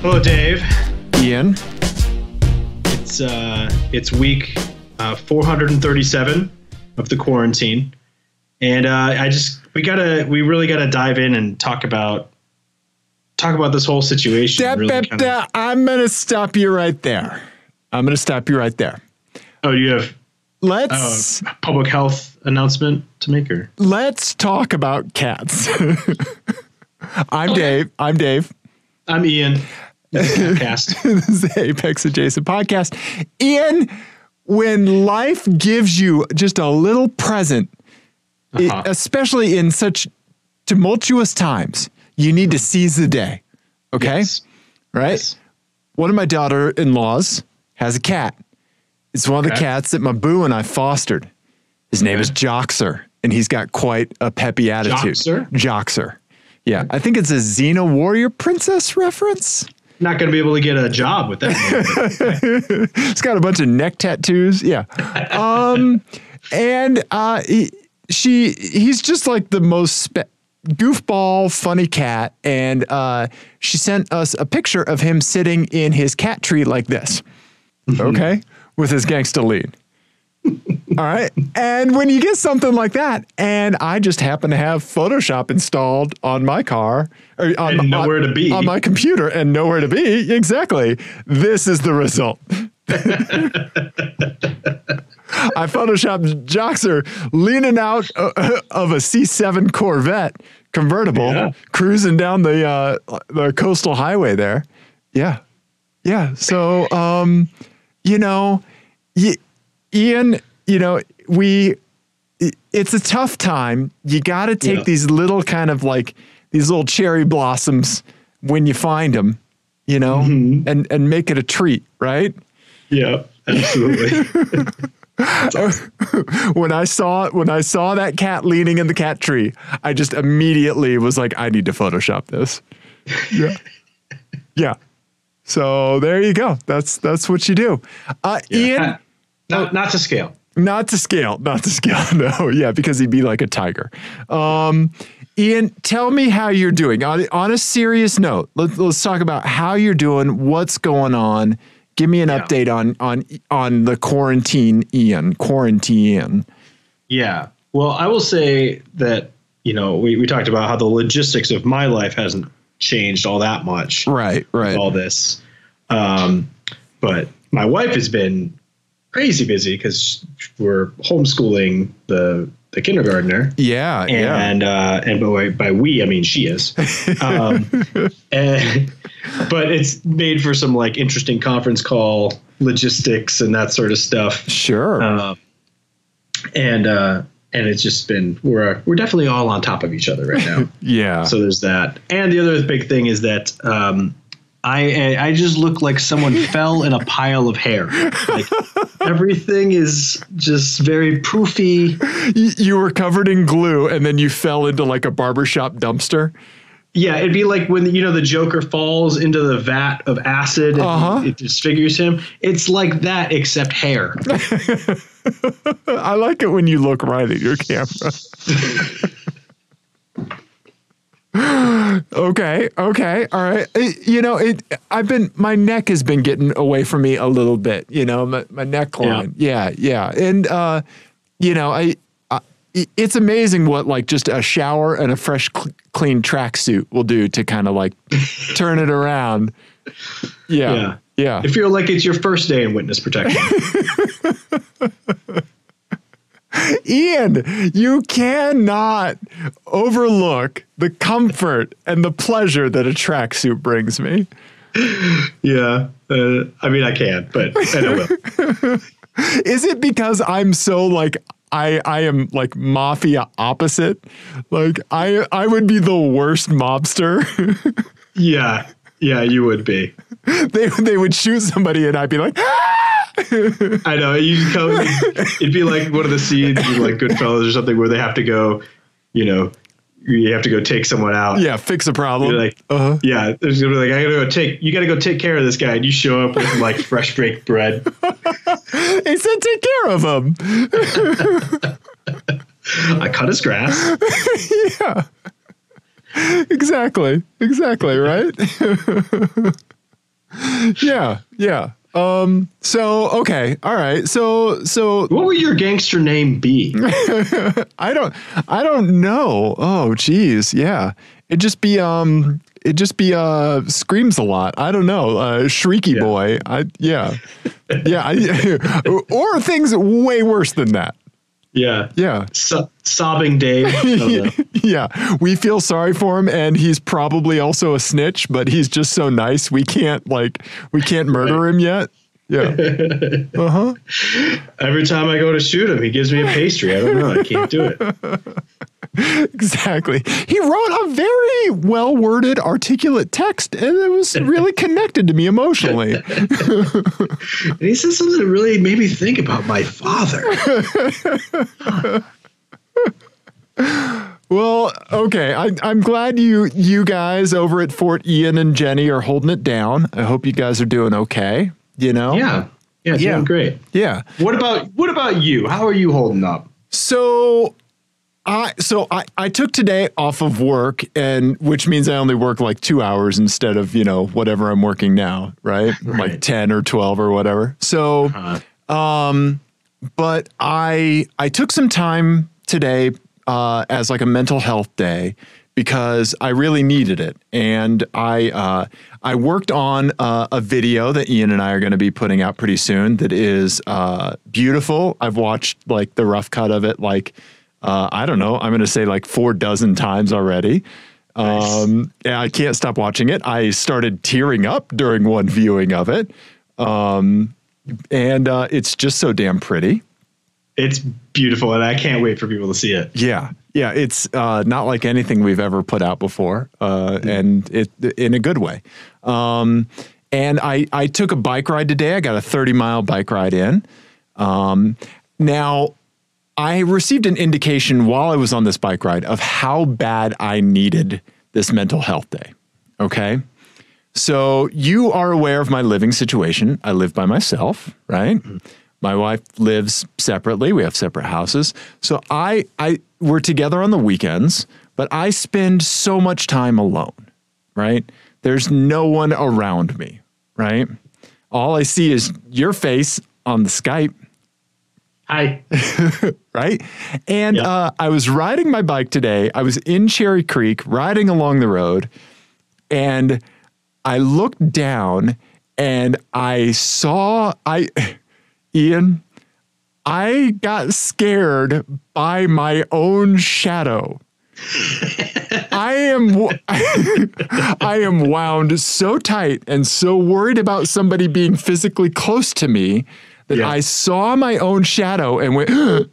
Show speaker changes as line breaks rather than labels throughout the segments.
Hello, Dave.
Ian.
It's uh, it's week uh, 437 of the quarantine, and uh, I just we gotta we really gotta dive in and talk about talk about this whole situation.
Da,
really
ba,
kinda-
da. I'm going to stop you right there. I'm going to stop you right there.
Oh, you have a
Let's
public health announcement to make, or
let's talk about cats. I'm Dave. I'm Dave.
I'm Ian. Cast.
this is the Apex Adjacent podcast. Ian, when life gives you just a little present, i-
Uh-huh.
especially in such tumultuous times, you need to seize the day. Okay?
Yes.
Right?
Yes.
One of my daughter in laws has a cat. It's one of the
Okay.
cats that my boo and I fostered. His name is Joxer, and he's got quite a peppy attitude.
Joxer?
Joxer. Yeah. I think it's a Xena Warrior Princess reference.
Not gonna be able to get a job with that.
It's got a bunch of neck tattoos. Yeah. Um, and uh, he, she, he's just like the most spe- goofball, funny cat. And uh, she sent us a picture of him sitting in his cat tree like this.
Mm-hmm.
Okay. With his gangsta lead. All right. And when you get something like that, and I just happen to have Photoshop installed on my car or on,
And nowhere
on-
to be.
on my computer and nowhere to be, exactly. This is the result. I photoshopped Joxer leaning out uh, of a C7 Corvette convertible,
Yeah.
cruising down the uh, the coastal highway there. Yeah, yeah. So, um, you know, y- Ian, you know, we i- it's a tough time. You got to take
Yeah.
these little kind of like these little cherry blossoms when you find them, you know,
Mm-hmm.
and and make it a treat, right?
yeah, absolutely.
when I saw when I saw that cat leaning in the cat tree, I just immediately was like, I need to Photoshop this. Yeah, yeah. So there you go. That's that's what you do, uh, Ian.
Not not to scale.
Not to scale, not to scale. No, yeah, because he'd be like a tiger. Um, Ian, tell me how you're doing. On, on a serious note, let, let's talk about how you're doing. What's going on? Give me an
Yeah.
update on on on the quarantine, Ian. Quarantine.
Yeah. Well, I will say that, you know, we, we talked about how the logistics of my life hasn't changed all that much.
Right, right.
All this. Um, but my wife has been crazy busy because we're homeschooling the, the kindergartner.
Yeah, yeah.
And, uh, and by, by we, I mean she is. Um, and, but it's made for some like interesting conference call logistics and that sort of stuff.
Sure.
Um, and uh, and it's just been we're we're definitely all on top of each other right now.
yeah.
so there's that. And the other big thing is that um, I I just look like someone fell in a pile of hair. Like everything is just very poofy.
Y- you were covered in glue and then you fell into like a barbershop dumpster.
Yeah, it'd be like when you know the Joker falls into the vat of acid and
Uh-huh.
it disfigures him. It's like that except hair.
I like it when you look right at your camera. okay, okay, all right. Uh, you know, it. I've been my neck has been getting away from me a little bit. You know, my, my neckline. Yeah. yeah, and uh, you know, I, I. it- It's amazing what like just a shower and a fresh, cl- clean tracksuit will do to kind of like turn it around.
Yeah.
Yeah, yeah.
I feel like it's your first day in witness protection.
Ian, you cannot overlook the comfort and the pleasure that a tracksuit brings me.
yeah, uh, I mean I can, but I know. it.
Is it because I'm so like I I am like mafia opposite? Like I I would be the worst mobster.
Yeah, yeah, you would be.
they they would shoot somebody and I'd be like,
I know you come. It'd be like one of the scenes in like Goodfellas or something where they have to go. You know, you have to go take someone out.
yeah, fix a problem.
You're like,
uh-huh.
yeah. There's gonna be like, I gotta go take. You gotta go take care of this guy, and you show up with like fresh baked bread.
He said take care of him.
I cut his grass.
Exactly. Exactly, right? yeah, yeah. Um, so okay, all right. So so
What would your gangster name be?
I don't I don't know. Oh geez, yeah. It just be um it just be uh screams a lot. I don't know. Uh shrieky
Yeah.
boy. I yeah. yeah, I, or things way worse than that.
Yeah.
Yeah.
So, sobbing Dave. I don't know.
yeah, we feel sorry for him, and he's probably also a snitch, but he's just so nice. We can't like we can't murder him yet. Yeah. Uh huh.
Every time I go to shoot him, he gives me a pastry. I don't know. I can't do it.
Exactly. He wrote a very well worded, articulate text, and it was really connected to me emotionally.
And he said something that really made me think about my father.
Well, okay. I, I'm glad you you guys over at Fort Ian and Jenny are holding it down. I hope you guys are doing okay. You know.
Yeah. Yeah. Doing
Yeah.
great.
Yeah.
What about what about you? How are you holding up?
So I so I, I took today off of work and which means I only work like two hours instead of, you know, whatever I'm working now, right? Like
Right.
ten or twelve or whatever. So
Uh,
but I I took some time today uh, as like a mental health day because I really needed it, and I uh, I worked on uh, a video that Ian and I are going to be putting out pretty soon that is uh, beautiful. I've watched like the rough cut of it, like uh, I don't know, I'm going to say like four dozen times already.
Nice.
Um, yeah, I can't stop watching it. I started tearing up during one viewing of it. Um, and uh, it's just so damn pretty.
it's beautiful, and I can't wait for people to see it.
Yeah, yeah, it's uh, not like anything we've ever put out before, uh, and it in a good way. Um, and I I took a bike ride today. I got a thirty mile bike ride in. Um, now, I received an indication while I was on this bike ride of how bad I needed this mental health day. Okay. So you are aware of my living situation. I live by myself, right? My wife lives separately. We have separate houses. So I I we're together on the weekends, but I spend so much time alone, right? There's no one around me, right? All I see is your face on the Skype
Hi.
right? And
Yeah.
uh, I was riding my bike today. I was in Cherry Creek riding along the road, and I looked down and I saw I, Ian, I got scared by my own shadow. I am w- I am wound so tight and so worried about somebody being physically close to me that
Yeah.
I saw my own shadow and went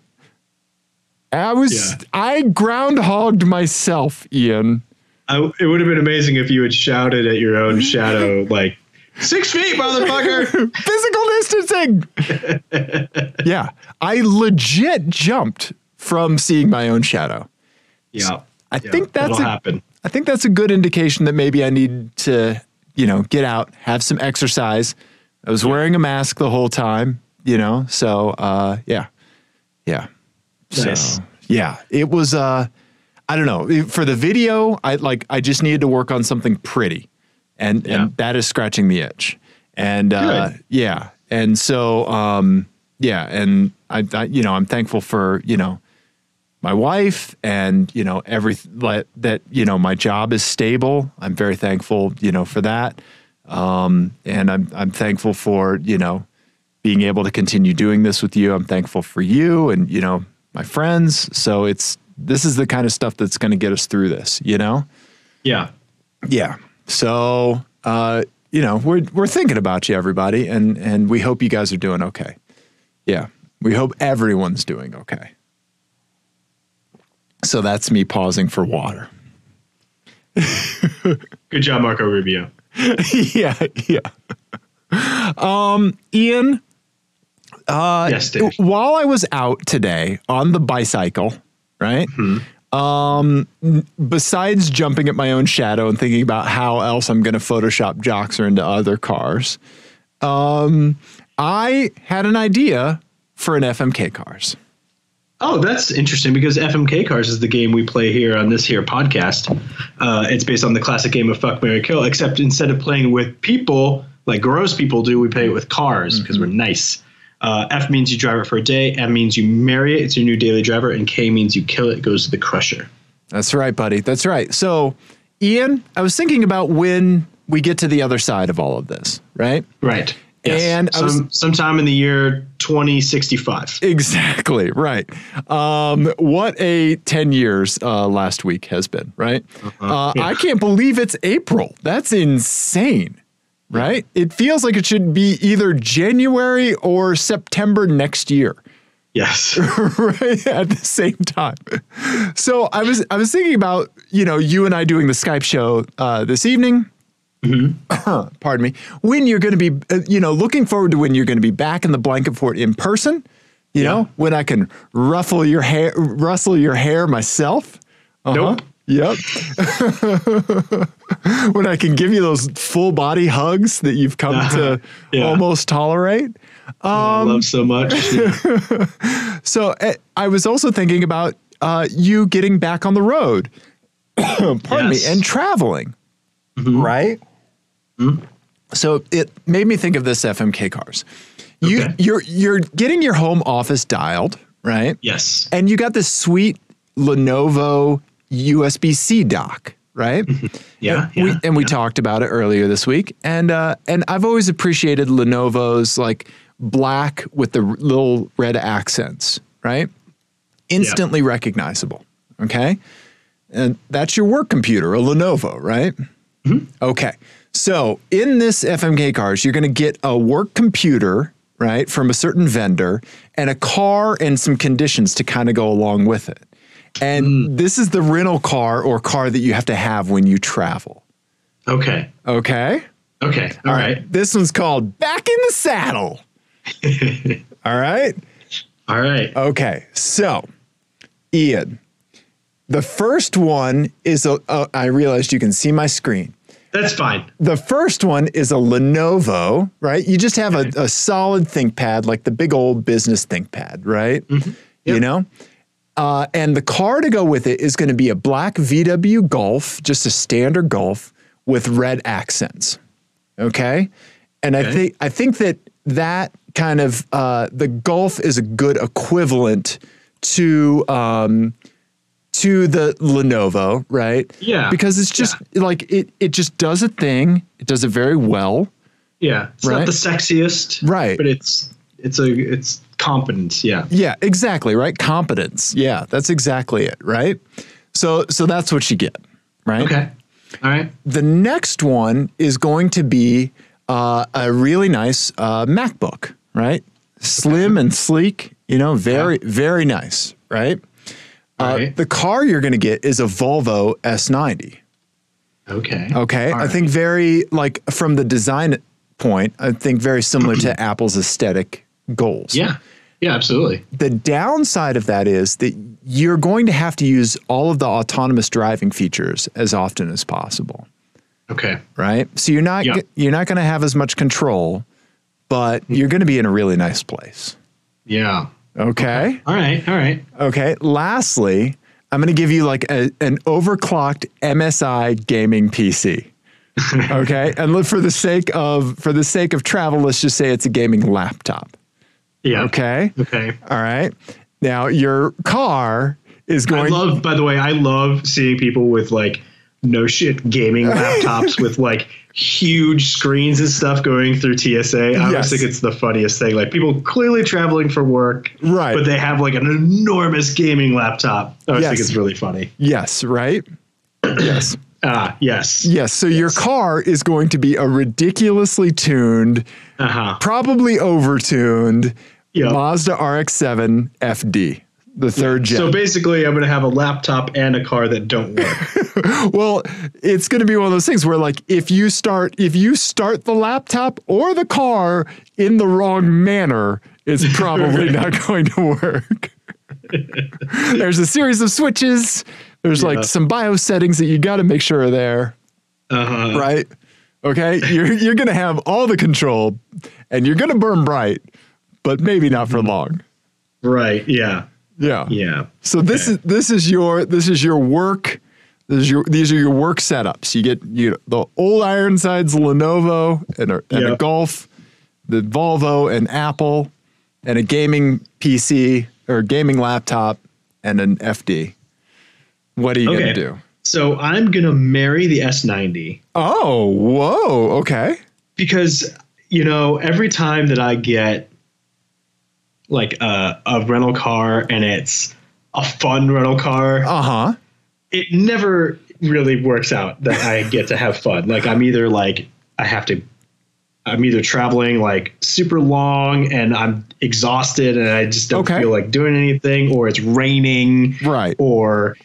I was
Yeah.
I groundhogged myself, Ian.
I, it would have been amazing if you had shouted at your own shadow, like six feet, motherfucker.
Physical distancing. yeah, I legit jumped from seeing my own shadow.
yeah.
I think that's
that'll
a-
happen.
I think that's a good indication that maybe I need to, you know, get out, have some exercise. I was wearing a mask the whole time, you know, so uh, yeah, yeah,
Nice.
so yeah. It was, uh, I don't know, It- for the video, I like, I just needed to work on something pretty, and
Yeah.
and that is scratching the itch, and uh,
Good.
yeah, and so um, yeah, and I, I, you know, I'm thankful for you know my wife and you know every like, that you know my job is stable i'm very thankful you know for that um and i'm i'm thankful for you know being able to continue doing this with you i'm thankful for you and you know my friends so it's this is the kind of stuff that's going to get us through this you know
Yeah.
yeah so uh you know we're we're thinking about you everybody and and we hope you guys are doing okay yeah we hope everyone's doing okay so that's me pausing for water
Good job, Marco Rubio.
yeah yeah um ian Uh,
yes, Dave.
while i was out today on the bicycle right um besides jumping at my own shadow and thinking about how else i'm going to photoshop joxer into other cars um i had an idea for an fmk cars
Oh, that's interesting because FMK Cars is the game we play here on this here podcast. Uh, it's based on the classic game of Fuck Mary Kill, except instead of playing with people, Like gross people do, we pay it with cars because we're nice. Uh, F means you drive it for a day. M means you marry it. It's your new daily driver. And K means you kill it. It goes to the crusher.
That's right, buddy. That's right. So, Ian, I was thinking about when we get to the other side of all of this, right?
Right. Yes.
And I was-
Some, sometime in the year 2065.
Exactly, right. Um, what a 10 years uh, last week has been, right? Uh, I can't believe it's April. That's insane, right? It feels like it should be either January or September next year.
Yes.
Uh-huh. right at the same time. So I was I was thinking about you know you and I doing the Skype show uh, this evening. Pardon me. When you're going to be uh, you know looking forward to when you're going to be back in the blanket fort in person. You know when I can ruffle your hair, rustle your hair myself.
Nope.
Yep. when I can give you those full body hugs that you've come to
Yeah.
almost tolerate.
I
Um,
love so much. Yeah.
So eh, I was also thinking about uh, you getting back on the road, pardon
Yes. Mm-hmm.
me, and traveling, right? So it made me think of this FMK cars. You
Okay.
you're you're getting your home office dialed, right?
yes.
And you got this sweet Lenovo USB C dock, right?
Yeah.
we,
yeah,
and we
yeah.
talked about it earlier this week. And uh, and I've always appreciated Lenovo's like black with the r- little red accents, right? Instantly recognizable. Okay, and that's your work computer, a Lenovo, right?
Mm-hmm.
Okay, so in this FMK cars, you're going to get a work computer. Right from a certain vendor and a car and some conditions to kind of go along with it. And
Hmm.
this is the rental car or car that you have to have when you travel.
Okay.
Okay.
Okay. All right.
This one's called Back in the Saddle. All right.
All right.
Okay. So, Ian, the first one is a, uh, I realized you can see my screen.
That's fine.
The first one is a Lenovo, right? You just have a, a solid ThinkPad, like the big old business ThinkPad, right? You know? Uh, and the car to go with it is going to be a black VW Golf, just a standard Golf with red accents. Okay? And I
Okay.
think I think that that kind of uh, the Golf is a good equivalent to um, to the Lenovo, right?
Yeah.
Because it's just like it it just does a thing. It does it very well.
Yeah. It's
Right.
not the sexiest.
Right.
But it's it's a it's competence. Yeah.
Yeah, exactly, right? Competence. Yeah, that's exactly it, right? So so that's what you get, right?
Okay. All right.
The next one is going to be uh, a really nice uh, MacBook, right? Slim and sleek, you know, very very nice, right?
All
Uh,
right.
The car you're going to get is a Volvo S90.
okay.
Okay.
All
I
right.
think very like from the design point, I think very similar to Apple's aesthetic goals.
Yeah. Yeah. Absolutely.
The downside of that is that you're going to have to use all of the autonomous driving features as often as possible,
Okay.
right? So you're not
Yeah.
g- you're not going to have as much control, but you're going to be in a really nice place.
Yeah.
Okay?
All right. All right.
Okay. Lastly, I'm going to give you like a, an overclocked MSI gaming PC. okay, and look for the sake of for the sake of travel, let's just say it's a gaming laptop.
Yeah.
Okay.
Okay.
All right. Now your car is
I
going.
love. By the way, I love seeing people with like no shit gaming laptops with like huge screens and stuff going through TSA. I
Yes.
always think it's the funniest thing. Like people clearly traveling for work,
Right.
But they have like an enormous gaming laptop. I always think
Yes.
it's really funny.
yes. Right. yes.
Ah, yes.
Uh, Yes. So your car is going to be a ridiculously tuned,
Uh
Uh-huh.
huh.
probably overtuned
Yeah.
Mazda RX-7 FD, the third gen.
So basically, I'm gonna have a laptop and a car that don't work.
Well, it's going to be one of those things where like if you start if you start the laptop or the car in the wrong manner, it's probably not going to work. there's a series of switches. There's
Yeah.
like some bio settings that you got to make sure are there,
Uh-huh.
right? Okay, you're you're going to have all the control and you're going to burn bright, but maybe not for long.
Right. Yeah.
Yeah.
Yeah.
So this
Okay.
is this is your this is your work These are your, these are your work setups. You get you the old Ironsides Lenovo and a, and a
Yeah.
Golf, the Volvo and Apple, and a gaming PC or gaming laptop and an FD. What are you
Okay.
gonna do?
So I'm gonna marry the S90
Oh, whoa, okay.
because you know every time that I get like a, a rental car and it's a fun rental car,
Uh huh.
it never really works out that I get to have fun. Like I'm either like I have to I'm either traveling like super long and I'm exhausted and I just don't
Okay.
feel like doing anything or it's raining
Right.
or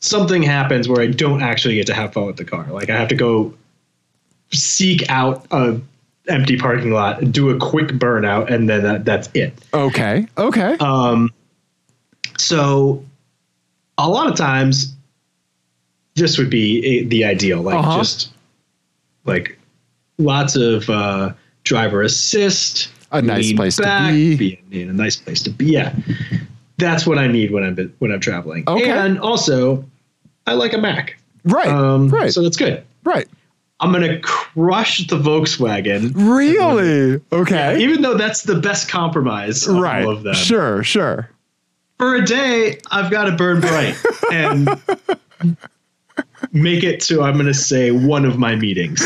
something happens where I don't actually get to have fun with the car. Like I have to go seek out a empty parking lot, do a quick burnout and then that, that's it.
Okay. Okay.
Um, so a lot of times, this would be a, the ideal, like
Uh-huh.
just like lots of uh, driver assist,
A nice
lean
place to be.
be in a nice place to be. Yeah, that's what I need when I'm when I'm traveling.
Okay.
and also I like a Mac.
right.
Um,
right.
So that's good.
right.
I'm gonna crush the Volkswagen,
Really? Okay.
even though that's the best compromise. Of
right.
all of them.
Sure. Sure.
for a day, I've got to burn bright and make it to, I'm going to say, one of my meetings.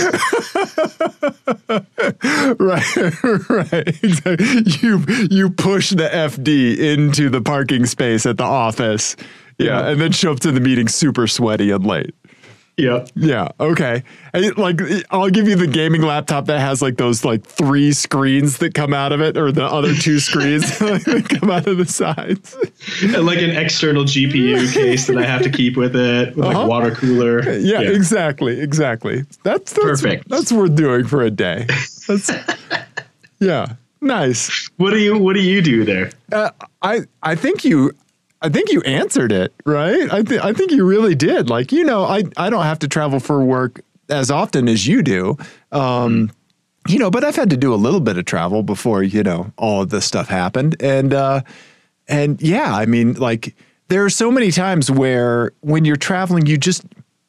Right, right. Exactly. You you push the FD into the parking space at the office. Yeah,
Yeah.
and then show up to the meeting super sweaty and late.
Yep.
Yeah, okay. And, like I'll give you the gaming laptop that has like those like three screens that come out of it or the other two screens that come out of the sides.
And like an external GPU case that I have to keep with it, with
Uh-huh.
like water cooler.
Yeah, exactly, exactly. That's, that's
Perfect.
That's worth doing for a day. That's yeah, nice.
What do you What do you do there?
Uh, I I think you. I think you answered it, right? I, th- I think you really did. Like, you know, I, I don't have to travel for work as often as you do. Um, you know, but I've had to do a little bit of travel before, you know, all of this stuff happened. And uh and yeah, I mean, like there are so many times where when you're traveling, you just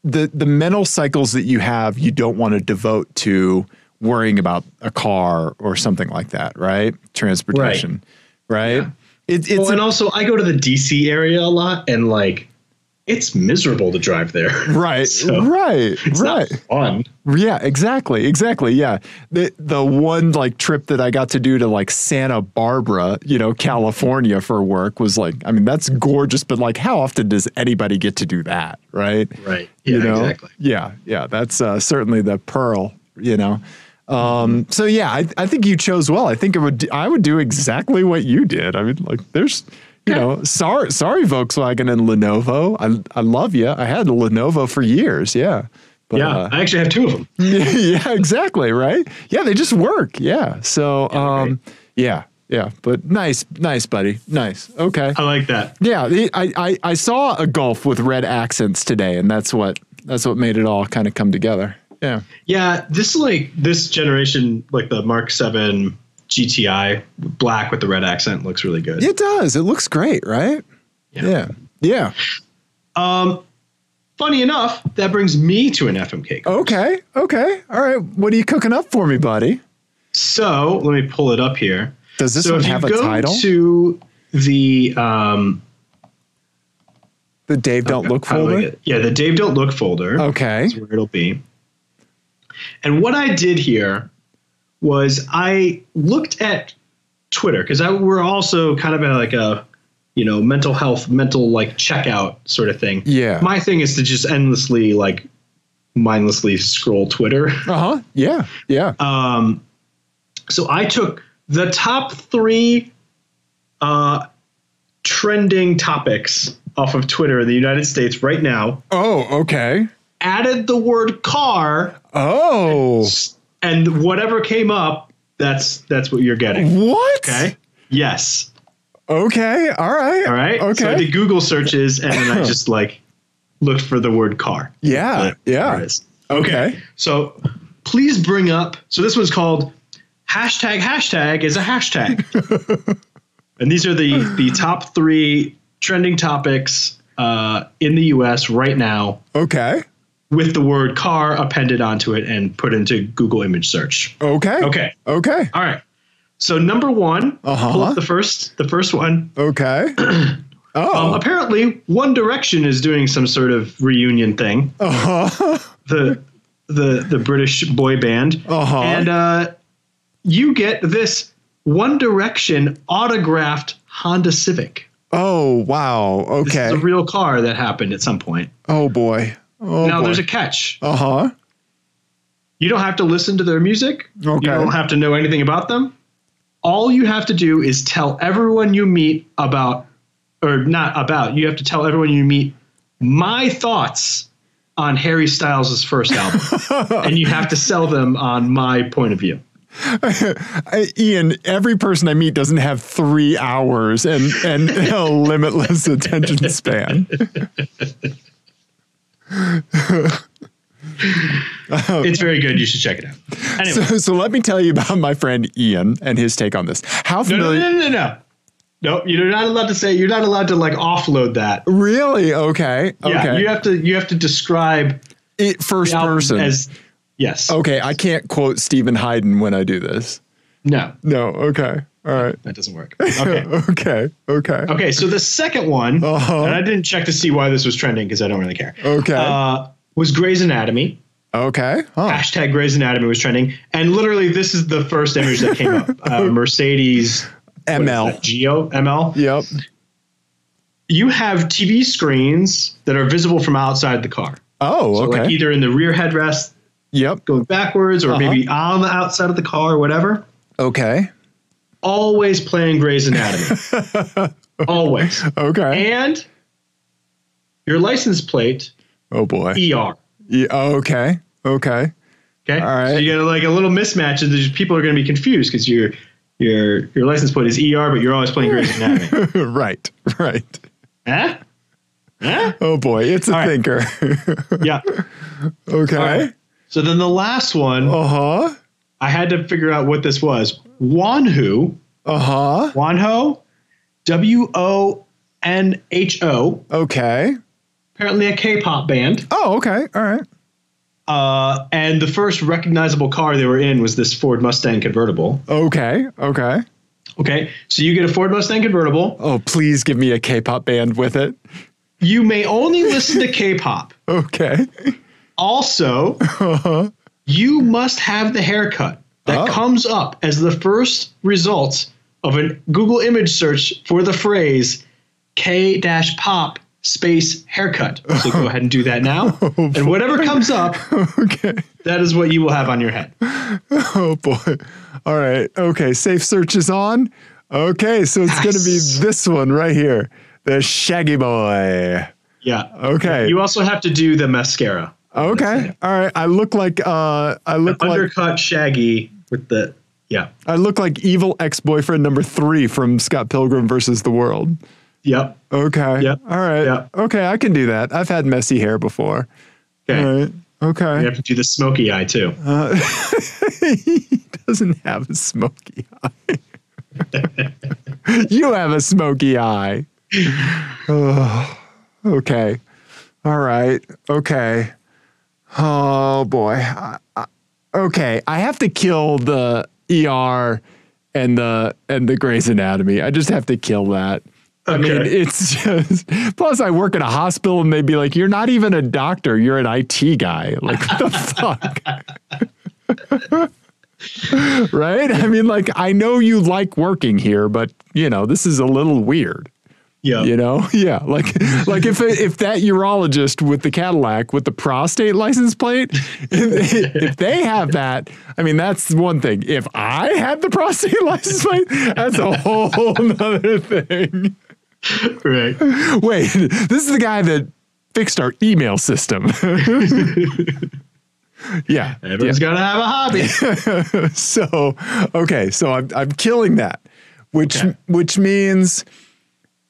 the the mental cycles that you have, you don't want to devote to worrying about a car or something like that, right? Transportation, right? It, it's
Well, Oh, and also, I go to the DC area a lot, and like, it's miserable to drive there.
right,
So,
right,
It's
right.
not fun.
Yeah, exactly, exactly. Yeah, the the one like trip that I got to do to like Santa Barbara, you know, California for work was like, I mean, that's gorgeous, but like, how often does anybody get to do that, right?
Right. Yeah,
you know?
exactly.
Yeah, yeah, that's uh, certainly the pearl, you know. Um, so yeah, I, I think you chose well. I think it would I would do exactly what you did. I mean, like there's you know, sorry sorry Volkswagen and Lenovo. I I love you. I had a Lenovo for years, yeah. But,
yeah.
uh,
I actually have two of them.
yeah, exactly, right? Yeah, they just work. Yeah. So um yeah, yeah, but nice, nice buddy. Nice. Okay.
I like that.
Yeah, the- I, I I saw a golf with red accents today and that's what that's what made it all kind of come together. Yeah.
Yeah, this like this generation, like the Mark Seven GTI, black with the red accent, looks really good.
It does. It looks great, right?
Yeah.
Yeah. Yeah.
Um, funny enough, that brings me to an FMK.
Okay. Okay. All right. What are you cooking up for me, buddy?
So let me pull it up here.
Does this
so
one
if you
have a
go
title?
to the um,
the Dave Don't Look
how do I
folder? Oh.
get- yeah, the Dave Don't Look folder.
Okay.
is where it'll be. And what I did here was I looked at Twitter because I we're also kind of at like a you know mental health, mental like checkout sort of thing.
Yeah.
My thing is to just endlessly like mindlessly scroll Twitter.
Uh-huh. Yeah. Yeah.
Um, so I took the top three uh, trending topics off of Twitter in the United States right now.
oh, okay.
Added the word car
Oh.
and whatever came up, that's that's what you're getting.
What?
Okay. Yes.
Okay. All right.
All right.
Okay.
So I did Google searches and then I just like looked for the word car.
yeah.
There- there it
Uh, Yeah.
is.
Okay.
So please bring up. So this one's called hashtag hashtag is a hashtag, and these are the the top three trending topics uh, in the U.S. right now
Okay.
with the word car appended onto it and put into Google image search.
Okay.
Okay.
Okay.
All right. So number one,
Uh-huh.
pull up the first, the first one.
Okay.
Um,
Oh.
apparently, One Direction is doing some sort of reunion thing.
Uh-huh.
The the the British boy band,
Uh-huh.
and uh, you get this One Direction autographed Honda Civic.
Oh, wow.
This
Okay.
is a real car that happened at some point.
oh boy. Oh
now
boy.
there's a catch.
uh-huh.
You don't have to listen to their music.
Okay.
You don't have to know anything about them. All you have to do is tell everyone you meet about, or not about, you have to tell everyone you meet my thoughts on Harry Styles' first album. and you have to sell them on my point of view.
I, Ian, every person I meet doesn't have three hours and, and a limitless attention span.
It's very good. You should check it out. Anyway.
So, so let me tell you about my friend Ian and his take on this. How
no, no,
familiar?
no, no, no, no. Nope, you're not allowed to say. You're not allowed to like offload that.
Really? Okay. Okay.
Yeah, you have to. You have to describe
it, first
the album
person. Oh.
as yes.
okay. I can't quote Stephen Hayden when I do this.
No,
No. Okay. All right.
that doesn't work. Okay.
Okay. Okay.
Okay, so the second one,
Uh-huh.
and I didn't check to see why this was trending because I don't really care.
Okay.
Uh, was Grey's Anatomy.
okay. Huh.
Hashtag Grey's Anatomy was trending. And literally, this is the first image that came up uh, Mercedes what is
ML.
that, Geo ML.
Yep.
You have TV screens that are visible from outside the car,
Oh.
like
Okay.
either in the rear headrest
Yep.
going backwards or
Uh-huh.
maybe on the outside of the car or whatever.
Okay.
Always playing Grey's Anatomy. Always.
Okay.
And your license plate,
Oh boy.
ER.
Yeah, okay. Okay.
Okay.
All right.
So you get like a little mismatch, and there's- people are going to be confused because your your your license plate is ER, but you're always playing Grey's Anatomy.
right. Right.
huh? Huh?
Oh boy, it's a
right.
thinker.
Yeah.
okay.
right. So then the last one,
Uh-huh.
I had to figure out what this was. Wanhu,
Uh-huh.
Wanho, W O N H O.
Okay.
Apparently a K-pop band.
Oh, okay. All right.
Uh, and the first recognizable car they were in was this Ford Mustang convertible.
Okay. Okay.
Okay, so you get a Ford Mustang convertible.
Oh, please give me a K-pop band with it.
You may only listen to K-pop.
Okay.
Also, you must have the haircut that
Uh-huh. Oh.
comes up as the first result of a Google image search for the phrase K pop space haircut. So go ahead and do that now.
Oh,
and whatever comes up,
Okay.
that is what you will have on your head.
Oh boy. All right. Okay. Safe search is on. Okay, so it's gonna be
Yes.
this one right here. The Shaggy Boy.
Yeah.
Okay.
You also have to do the mascara.
Okay. All right. I look like uh I look like
Undercut Shaggy with the, yeah.
I look like evil ex-boyfriend number three from Scott Pilgrim versus the World.
Yep.
Okay.
Yep.
All right.
Yep.
Okay, I can do that. I've had messy hair before.
Okay.
All right. Uh, Okay.
You have to do the smoky eye too.
he doesn't have a smoky eye. you have a smoky eye. Oh, okay. All right. Okay. Oh boy. I- I- Okay. I have to kill the ER and the and the Grey's Anatomy. I just have to kill that. I mean,
Okay.
it's just. Plus, I work at a hospital, and they'd be like, "You're not even a doctor. You're an IT guy." Like, what the fuck? right? I mean, like, I know you like working here, but you know, this is a little weird.
Yeah.
You know, yeah, like, like if if that urologist with the Cadillac with the prostate license plate, if, if they have that, I mean, that's one thing. If I had the prostate license plate, that's a whole other thing.
Right.
Wait, this is the guy that fixed our email system. yeah,
Everyone's got to have a hobby.
so okay so i'm, I'm killing that which
Okay.
which means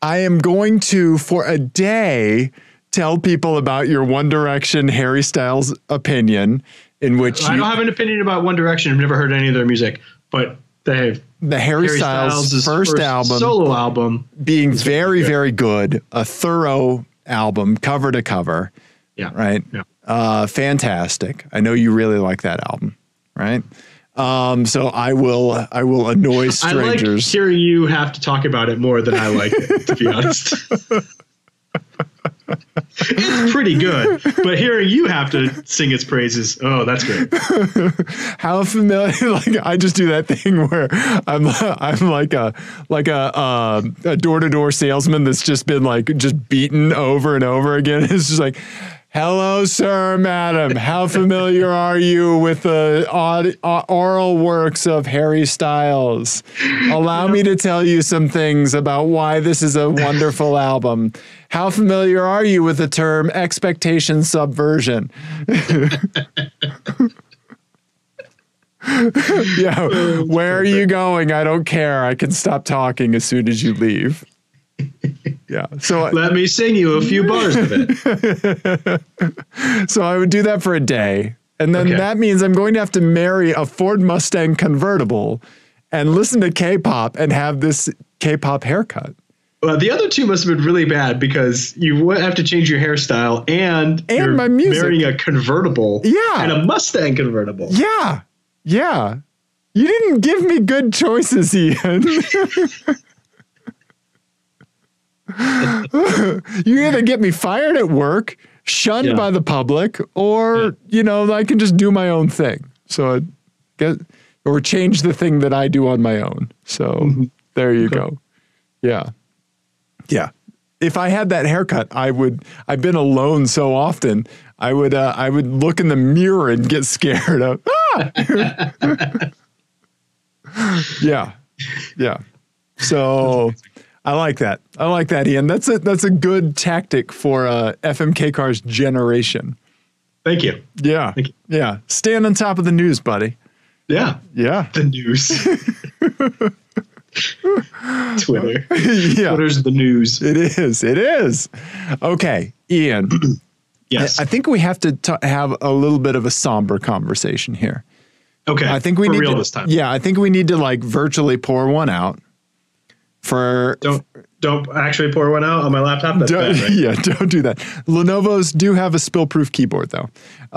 i am going to for a day tell people about your one direction harry styles opinion in which
I
you,
don't have an opinion about One Direction. I've never heard any of their music, but they have
the harry,
Harry
styles,
Styles'
first, album
solo album.
being very
good.
very good a thorough album cover to cover,
Yeah.
right?
Yeah.
Uh, fantastic. I know you really like that album, right? Um, so I will I will annoy
I like
strangers.
hearing you have to talk about it more than I like it, to be honest. it's pretty good, but hearing you have to sing its praises, oh, that's great.
How familiar? Like I just do that thing where I'm I'm like a like a uh, a door to door salesman that's just been like just beaten over and over again. It's just like. Hello, sir, madam. How familiar are you with the aud- uh, oral works of Harry Styles? Allow me to tell you some things about why this is a wonderful album. How familiar are you with the term expectation subversion? yeah, where are you going? I don't care. I can stop talking as soon as you leave. Yeah. So
Let me sing you a few bars of it.
So I would do that for a day. And then
Okay.
that means I'm going to have to marry a Ford Mustang convertible and listen to K pop and have this K pop haircut.
Well, Uh, the other two must have been really bad because you would have to change your hairstyle and
And
you're
my music.
marrying a convertible
Yeah.
and a Mustang convertible.
Yeah. Yeah. You didn't give me good choices, Ian. you either get me fired at work, shunned
Yeah.
by the public, or, you know, I can just do my own thing. So I guess, or change the thing that I do on my own. So there you go. Yeah. Yeah. If I had that haircut, I would. I've been alone so often. I would. Uh, I would look in the mirror and get scared of. Ah! yeah, yeah. So I like that. I like that, Ian. That's a that's a good tactic for uh, FMK cars generation.
Thank you.
Yeah,
Thank you.
yeah. Stand on top of the news, buddy.
Yeah.
Yeah,
The news. Twitter.
yeah.
Twitter's the news.
It is. It is. Okay, Ian.
Yes.
I think we have to ta have a little bit of a somber conversation here.
okay.
I think we
For
need
real
to,
this time.
Yeah, I think we need to like virtually pour one out for.
Don't don't actually pour one out on my laptop. That's
don't-
bad, right?
Yeah, don't do that. Lenovo's do have a spill-proof keyboard though.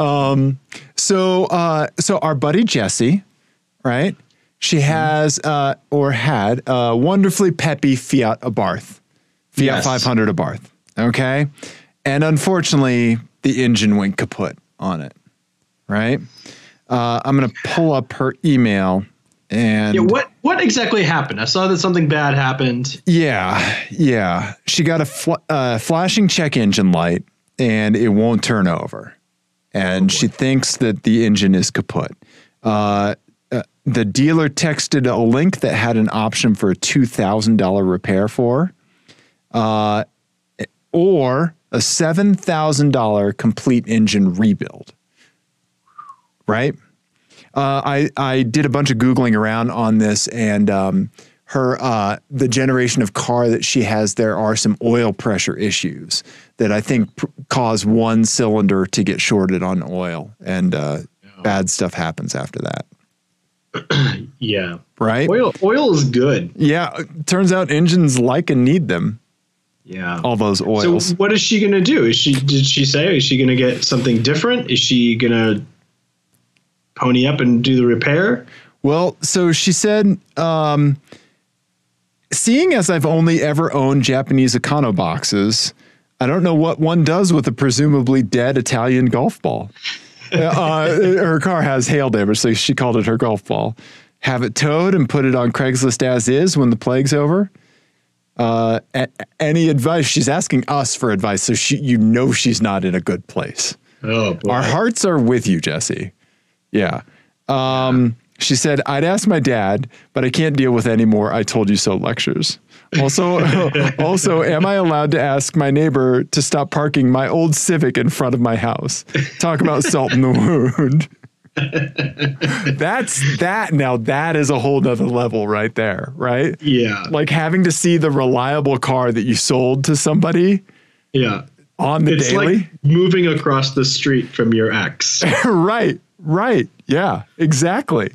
Um, so, uh, so our buddy Jessie, right? She
Mm-hmm.
has uh, or had a wonderfully peppy Fiat Abarth, Fiat
Yes.
500 Abarth. Okay, and unfortunately, the engine went kaput on it. Right. Uh, I'm gonna pull up her email and
Yeah, what what exactly happened? I saw that something bad happened.
Yeah, yeah. She got a fl- uh, flashing check engine light, and it won't turn over. And she thinks that the engine is kaput. Uh, uh, the dealer texted a link that had an option for a two thousand dollar repair for, her, uh, or a seven thousand dollar complete engine rebuild. Right. Uh, I I did a bunch of googling around on this, and um, her uh, the generation of car that she has, there are some oil pressure issues that I think pr- cause one cylinder to get shorted on oil, and uh, bad stuff happens after that,
Yeah.
right?
Oil oil is good.
Yeah, it turns out engines like and need them.
Yeah.
All those
So
oils.
what is she gonna do? Is she did she say is she gonna get something different? Is she gonna pony up and do the repair?
Well, so she said, um, seeing as I've only ever owned Japanese Econo boxes, I don't know what one does with a presumably dead Italian golf ball. uh, her car has hail damage, so she called it her golf ball. Have it towed and put it on Craigslist as is when the plague's over. Uh, a- any advice? She's asking us for advice, so she, you know she's not in a good place.
Oh boy.
Our hearts are with you, Jesse. Yeah. Um, she said, I'd ask my dad, but I can't deal with any more I told you so lectures. Also, also, am I allowed to ask my neighbor to stop parking my old Civic in front of my house? Talk about salt in the wound. That's that. Now that is a whole nother level right there, right?
yeah.
Like having to see the reliable car that you sold to somebody
yeah.
on the
It's
daily.
like moving across the street from your ex.
right, right. Yeah, exactly.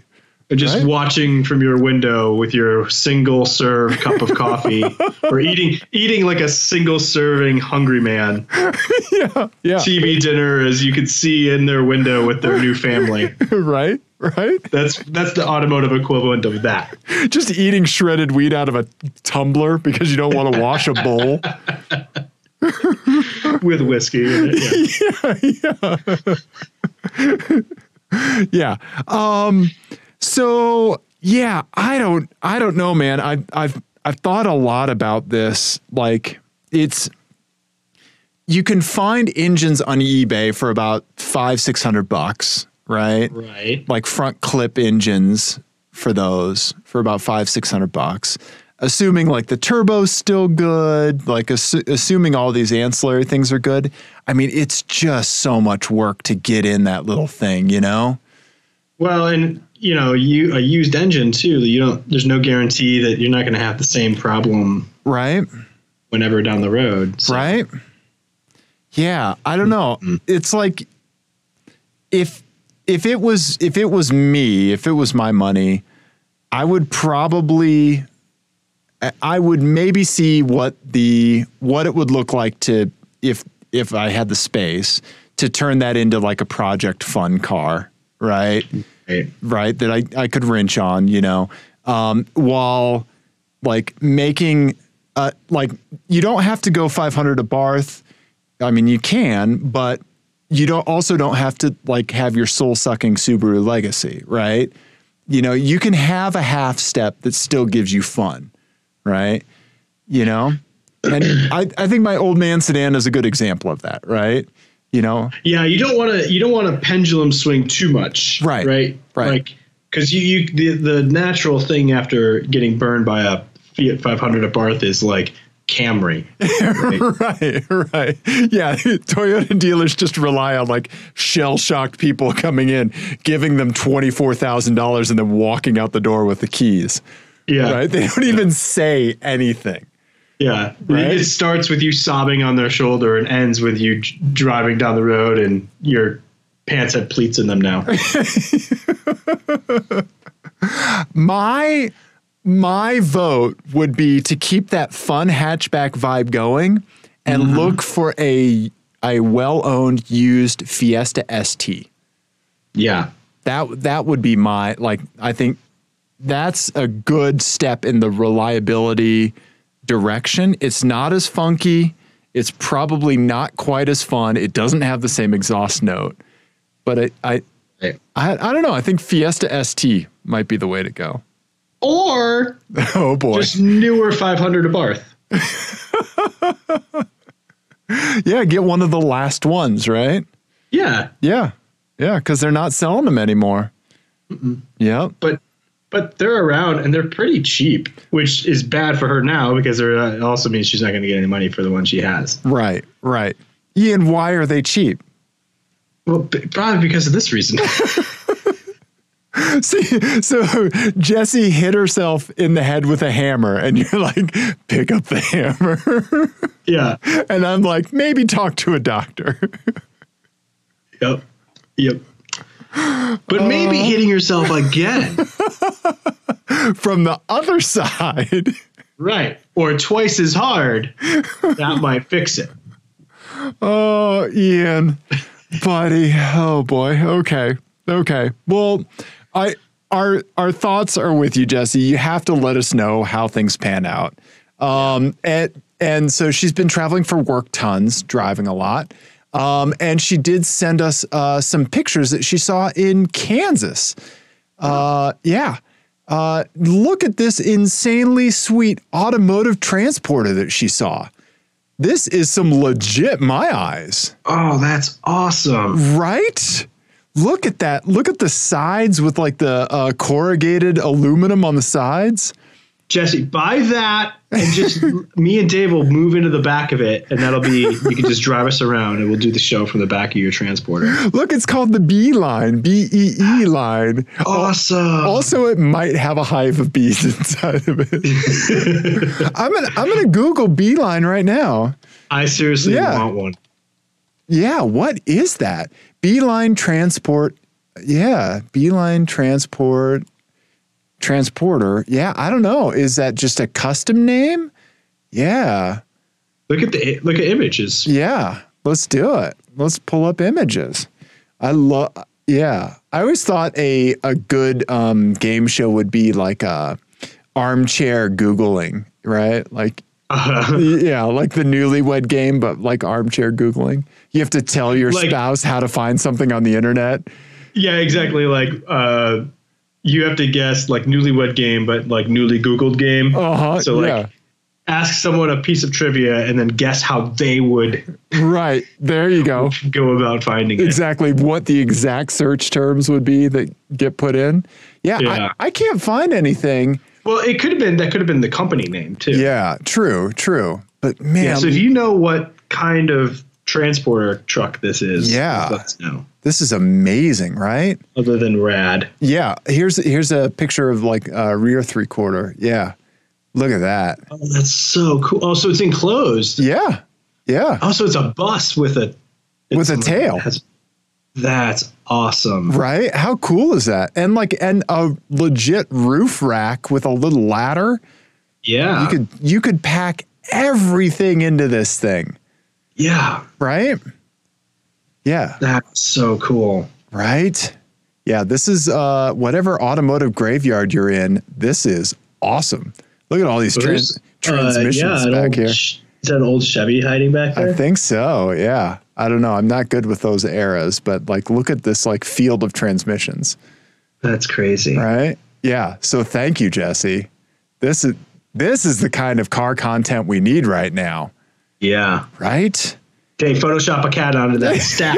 just
Right?
watching from your window with your single serve cup of coffee or eating eating like a single serving hungry man
yeah, yeah,
tv dinner as you could see in their window with their new family
right, right.
that's that's the automotive equivalent of that
Just eating shredded wheat out of a tumbler because you don't want to wash a bowl.
with whiskey in it, yeah.
yeah. Um, so yeah, I don't, I don't know, man. I, I've, I've thought a lot about this. Like it's, you can find engines on eBay for about five, 600 bucks, right?
right
Like front clip engines for those for about five, 600 bucks. Assuming like the turbo's still good, like assu- assuming all these ancillary things are good. I mean, it's just so much work to get in that little thing, you know?
Well, and you know, you a used engine too. You don't. There's no guarantee that you're not going to have the same problem
Right?
whenever down the road. So,
Right? Yeah, I don't know. It's like if if it was if it was me, if it was my money, I would probably I- I would maybe see what the what it would look like to if if I had the space to turn that into like a project fun car, right?
right.
right that I, I could wrench on you know um, while like making uh, like you don't have to go 500 a barth i mean you can but you don't also don't have to like have your soul sucking subaru legacy right you know you can have a half step that still gives you fun right you know and I, I think my old man sedan is a good example of that right you know
Yeah, you don't want to. You don't want to pendulum swing too much.
Right,
Right.
right.
Like because you, you the, the natural thing after getting burned by a Fiat 500 at Barth is like Camry. Right.
Right, right. Yeah, Toyota dealers just rely on like shell shocked people coming in, giving them $24,000 and then walking out the door with the keys.
yeah.
Right? They don't even say anything.
Yeah.
Right?
It starts with you sobbing on their shoulder and ends with you j- driving down the road and your pants have pleats in them now.
My my vote would be to keep that fun hatchback vibe going and
Mm-hmm.
look for a a well-owned used Fiesta ST.
yeah.
that that would be my like i think that's a good step in the reliability direction it's not as funky it's probably not quite as fun it doesn't have the same exhaust note but i i
Right.
i, I don't know i think fiesta st might be the way to go
Or
oh boy
just newer 500 of Barth.
yeah get one of the last ones right
Yeah,
yeah yeah because they're not selling them anymore yep
but but they're around and they're pretty cheap, which is bad for her now because they're, uh, it also means she's not going to get any money for the one she has.
right right ian why are they cheap
Well, b- probably because of this reason.
See, so Jesse hit herself in the head with a hammer, and you're like, pick up the hammer.
yeah.
and I'm like, maybe talk to a doctor.
Yep. Yep. But maybe hitting yourself again.
From the other side.
right. Or twice as hard. That might fix it.
Oh, Ian, buddy. Oh boy. Okay. Okay. Well, I our our thoughts are with you, Jesse. You have to let us know how things pan out. Um, and and so she's been traveling for work tons, driving a lot. Um, and she did send us uh, some pictures that she saw in Kansas. Uh, yeah. Uh, look at this insanely sweet automotive transporter that she saw. This is some legit my eyes,
Oh, that's awesome.
right? Look at that. Look at the sides with like the uh, corrugated aluminum on the sides.
Jesse, buy that and just me and Dave will move into the back of it and that'll be you can just drive us around and we'll do the show from the back of your transporter.
Look, it's called the B line, B E E line.
Awesome.
Also, it might have a hive of bees inside of it. I'm gonna I'm gonna Google B line right now.
I seriously
Yeah.
want one.
Yeah, what is that? Beeline transport. Yeah, beeline transport. Transporter. Yeah, I don't know. Is that just a custom name? Yeah.
Look at the look at images.
Yeah, let's do it. Let's pull up images. I love. Yeah, I always thought a a good um, game show would be like a armchair googling, right? Like
Uh,
yeah, like the newlywed game, but like armchair googling. You have to tell your
Like-
spouse how to find something on the internet.
yeah, exactly. Like uh, you have to guess like newlywed game, but like newly Googled game.
Uh huh.
So like
yeah.
ask someone a piece of trivia and then guess how they would
Right there, you go.
go about finding it.
exactly what the exact search terms would be that get put in. Yeah,
Yeah.
I, I can't find anything.
Well, it could have been that could have been the company name too.
Yeah, true, true. But man,
Yeah, so if you know what kind of transporter truck this is,
Yeah.
let us know.
this is amazing, right?
Other than rad,
Yeah. Here's here's a picture of like a rear three quarter. Yeah. Look at that.
oh, that's so cool. Oh, so it's enclosed.
Yeah. Yeah.
Oh, so it's a bus with a
With a
it's-
tail.
That's, that's awesome.
Right? How cool is that? And like and a legit roof rack with a little ladder.
Yeah,
You could you could pack everything into this thing,
yeah,
right? Yeah.
that's so cool.
Right? Yeah, this is uh whatever automotive graveyard you're in, this is awesome. Look at all these
There's,
trans-
uh,
transmissions
yeah, an
back
old
here.
Ch- Is that an old Chevy hiding back
I
there?
think so. Yeah. I don't know. I'm not good with those eras, but like look at this like field of transmissions,
That's crazy.
right? Yeah. So thank you, Jesse. This is this is the kind of car content we need right now,
Yeah.
right?
Okay, Photoshop a cat onto that stack.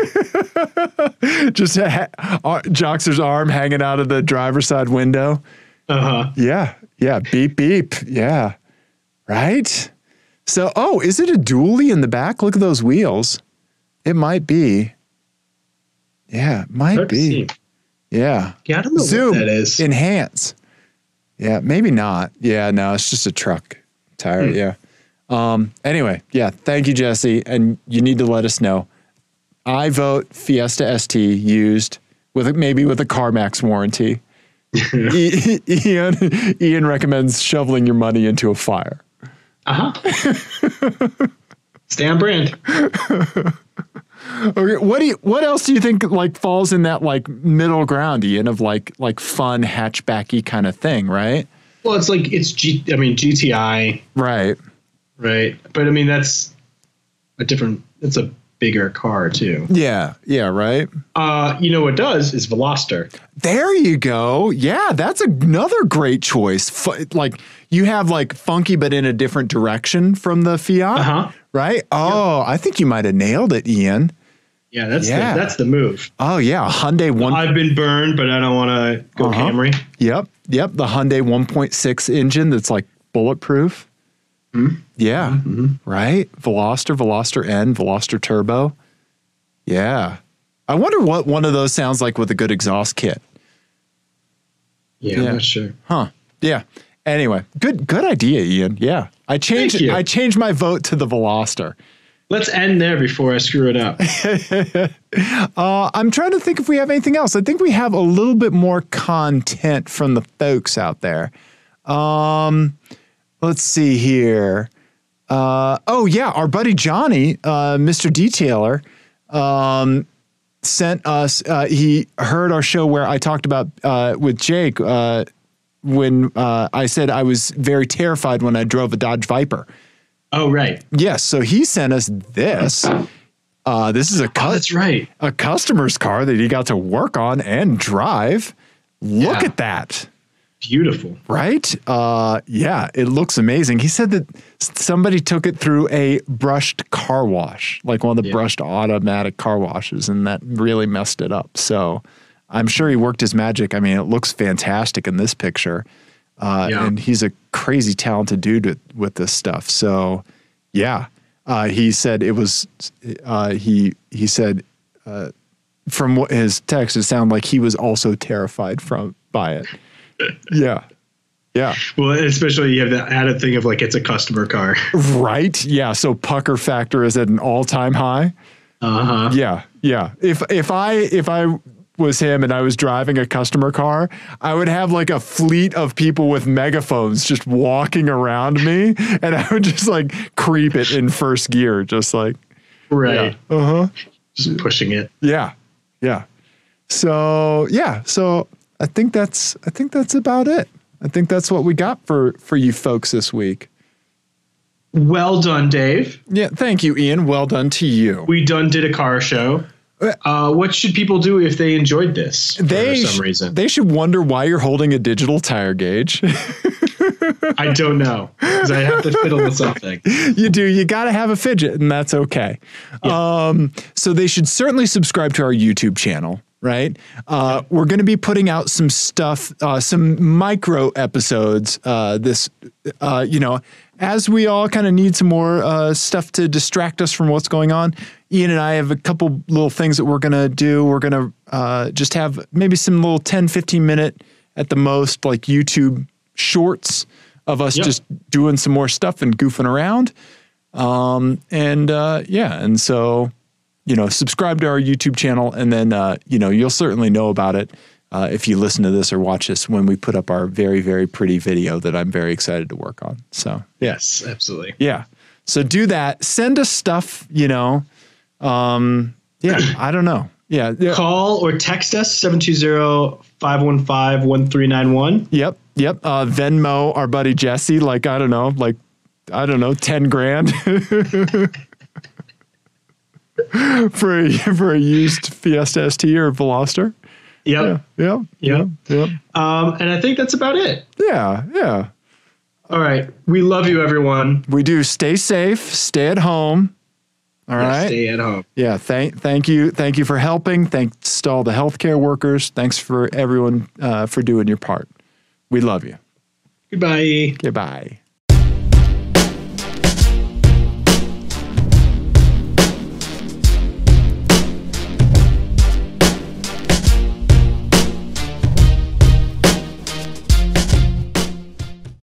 Just a ha- ar- Joxer's arm hanging out of the driver's side window.
Uh huh.
Yeah. Yeah. Beep beep. Yeah. Right? So, oh, is it a dually in the back? Look at those wheels. It might be. Yeah, it might
Hard to
be.
see.
Yeah.
Yeah, I don't know
Zoom.
what that is.
Enhance. Yeah, maybe not. Yeah, no, it's just a truck tire. Yeah. Um, anyway, yeah. Thank you, Jesse. And you need to let us know. I vote Fiesta ST used with a- maybe with a CarMax warranty. I- Ian Ian recommends shoveling your money into a fire.
Uh huh. Stay on Uh-huh. brand.
Okay, what do you, what else do you think like falls in that like middle ground, Ian, of like like fun hatchbacky kind of thing, right?
Well, it's like it's G. I mean GTI,
Right.
right? But I mean that's a different. It's a bigger car too.
Yeah. Yeah. Right.
Uh, you know what does is Veloster.
There you go. Yeah, that's another great choice. Fu- like you have like funky, but in a different direction from the Fiat,
Uh-huh.
right? Oh, I think you might have nailed it, Ian.
Yeah, that's
Yeah.
The, that's the move.
Oh yeah, Hyundai one.
I've been burned, but I don't want to go
Uh-huh.
Camry.
yep, yep. The Hyundai 1.6 engine that's like bulletproof.
Hmm?
Yeah,
Mm-hmm,
right. Veloster, Veloster N, Veloster Turbo. Yeah, I wonder what one of those sounds like with a good exhaust kit.
Yeah,
Yeah.
I'm not sure.
Huh. Yeah. Anyway, good good idea, Ian. Yeah. I changed
you.
I changed my vote to the Veloster.
Let's end there before I screw it up.
Uh, I'm trying to think if we have anything else. I think we have a little bit more content from the folks out there. Um, let's see here. Uh, oh yeah, our buddy Johnny, uh, Mr. Detailer, um, sent us. Uh, he heard our show where I talked about uh, with Jake uh, when uh, I said I was very terrified when I drove a Dodge Viper.
oh right.
Yes, so he sent us this. Uh, this is a
Oh,
cut
that's right.
a customer's car that he got to work on and drive. Look
Yeah.
at that,
Beautiful.
right? Uh, yeah, it looks amazing. He said that s- somebody took it through a brushed car wash, like one of the
Yeah.
brushed automatic car washes, and that really messed it up. So I'm sure he worked his magic. I mean, it looks fantastic in this picture. Uh,
Yeah.
And he's a crazy talented dude with, with this stuff. So, yeah. Uh, he said it was. Uh, he he said uh, from what his text, it sounded like he was also terrified from by it. Yeah. Yeah.
Well, especially you have the added thing of like it's a customer car.
Right. Yeah. So pucker factor is at an all time high.
Uh huh.
Yeah. Yeah. If if I if I was him and I was driving a customer car, I would have like a fleet of people with megaphones just walking around me, and I would just like creep it in first gear, just like
Right.
uh huh,
Just pushing it.
yeah, yeah. So yeah, so I think that's I think that's about it. I think that's what we got for for you folks this week.
Well done, Dave.
Yeah, thank you, Ian. Well done to you.
We done did a car show. Uh, what should people do if they enjoyed this
They
for some
sh-
reason?
they should wonder why you're holding a digital tire gauge.
I don't know 'cause I have to fiddle with something.
you do. You got to have a fidget, and that's okay. Um, so they should certainly subscribe to our YouTube channel. Right, uh, we're going to be putting out some stuff, uh, some micro episodes. Uh, this, uh, you know, as we all kind of need some more uh, stuff to distract us from what's going on. Ian and I have a couple little things that we're going to do. We're going to uh, just have maybe some little 10, 15 minute at the most, like YouTube shorts of us
Yep.
just doing some more stuff and goofing around. Um, and uh, yeah, and so you know, subscribe to our YouTube channel, and then uh, you know you'll certainly know about it uh, if you listen to this or watch this when we put up our very very pretty video that I'm very excited to work on. So
Yes, absolutely.
yeah, so do that. Send us stuff. You know, um, yeah, I don't know. Yeah, yeah.
Call or text us 720-515-1391.
Yep, yep. Uh, Venmo our buddy Jesse, like I don't know, like I don't know, ten grand for a, for a used Fiesta ST or Veloster.
Yep.
Yeah, yep,
Yep.
yep.
Um, and I think that's about it.
Yeah, yeah.
All right. We love you, everyone.
We do. Stay safe. Stay at home. All right.
Stay at home.
Yeah. Thank thank you. Thank you for helping. Thanks to all the healthcare workers. Thanks for everyone uh, for doing your part. We love you.
Goodbye.
Goodbye.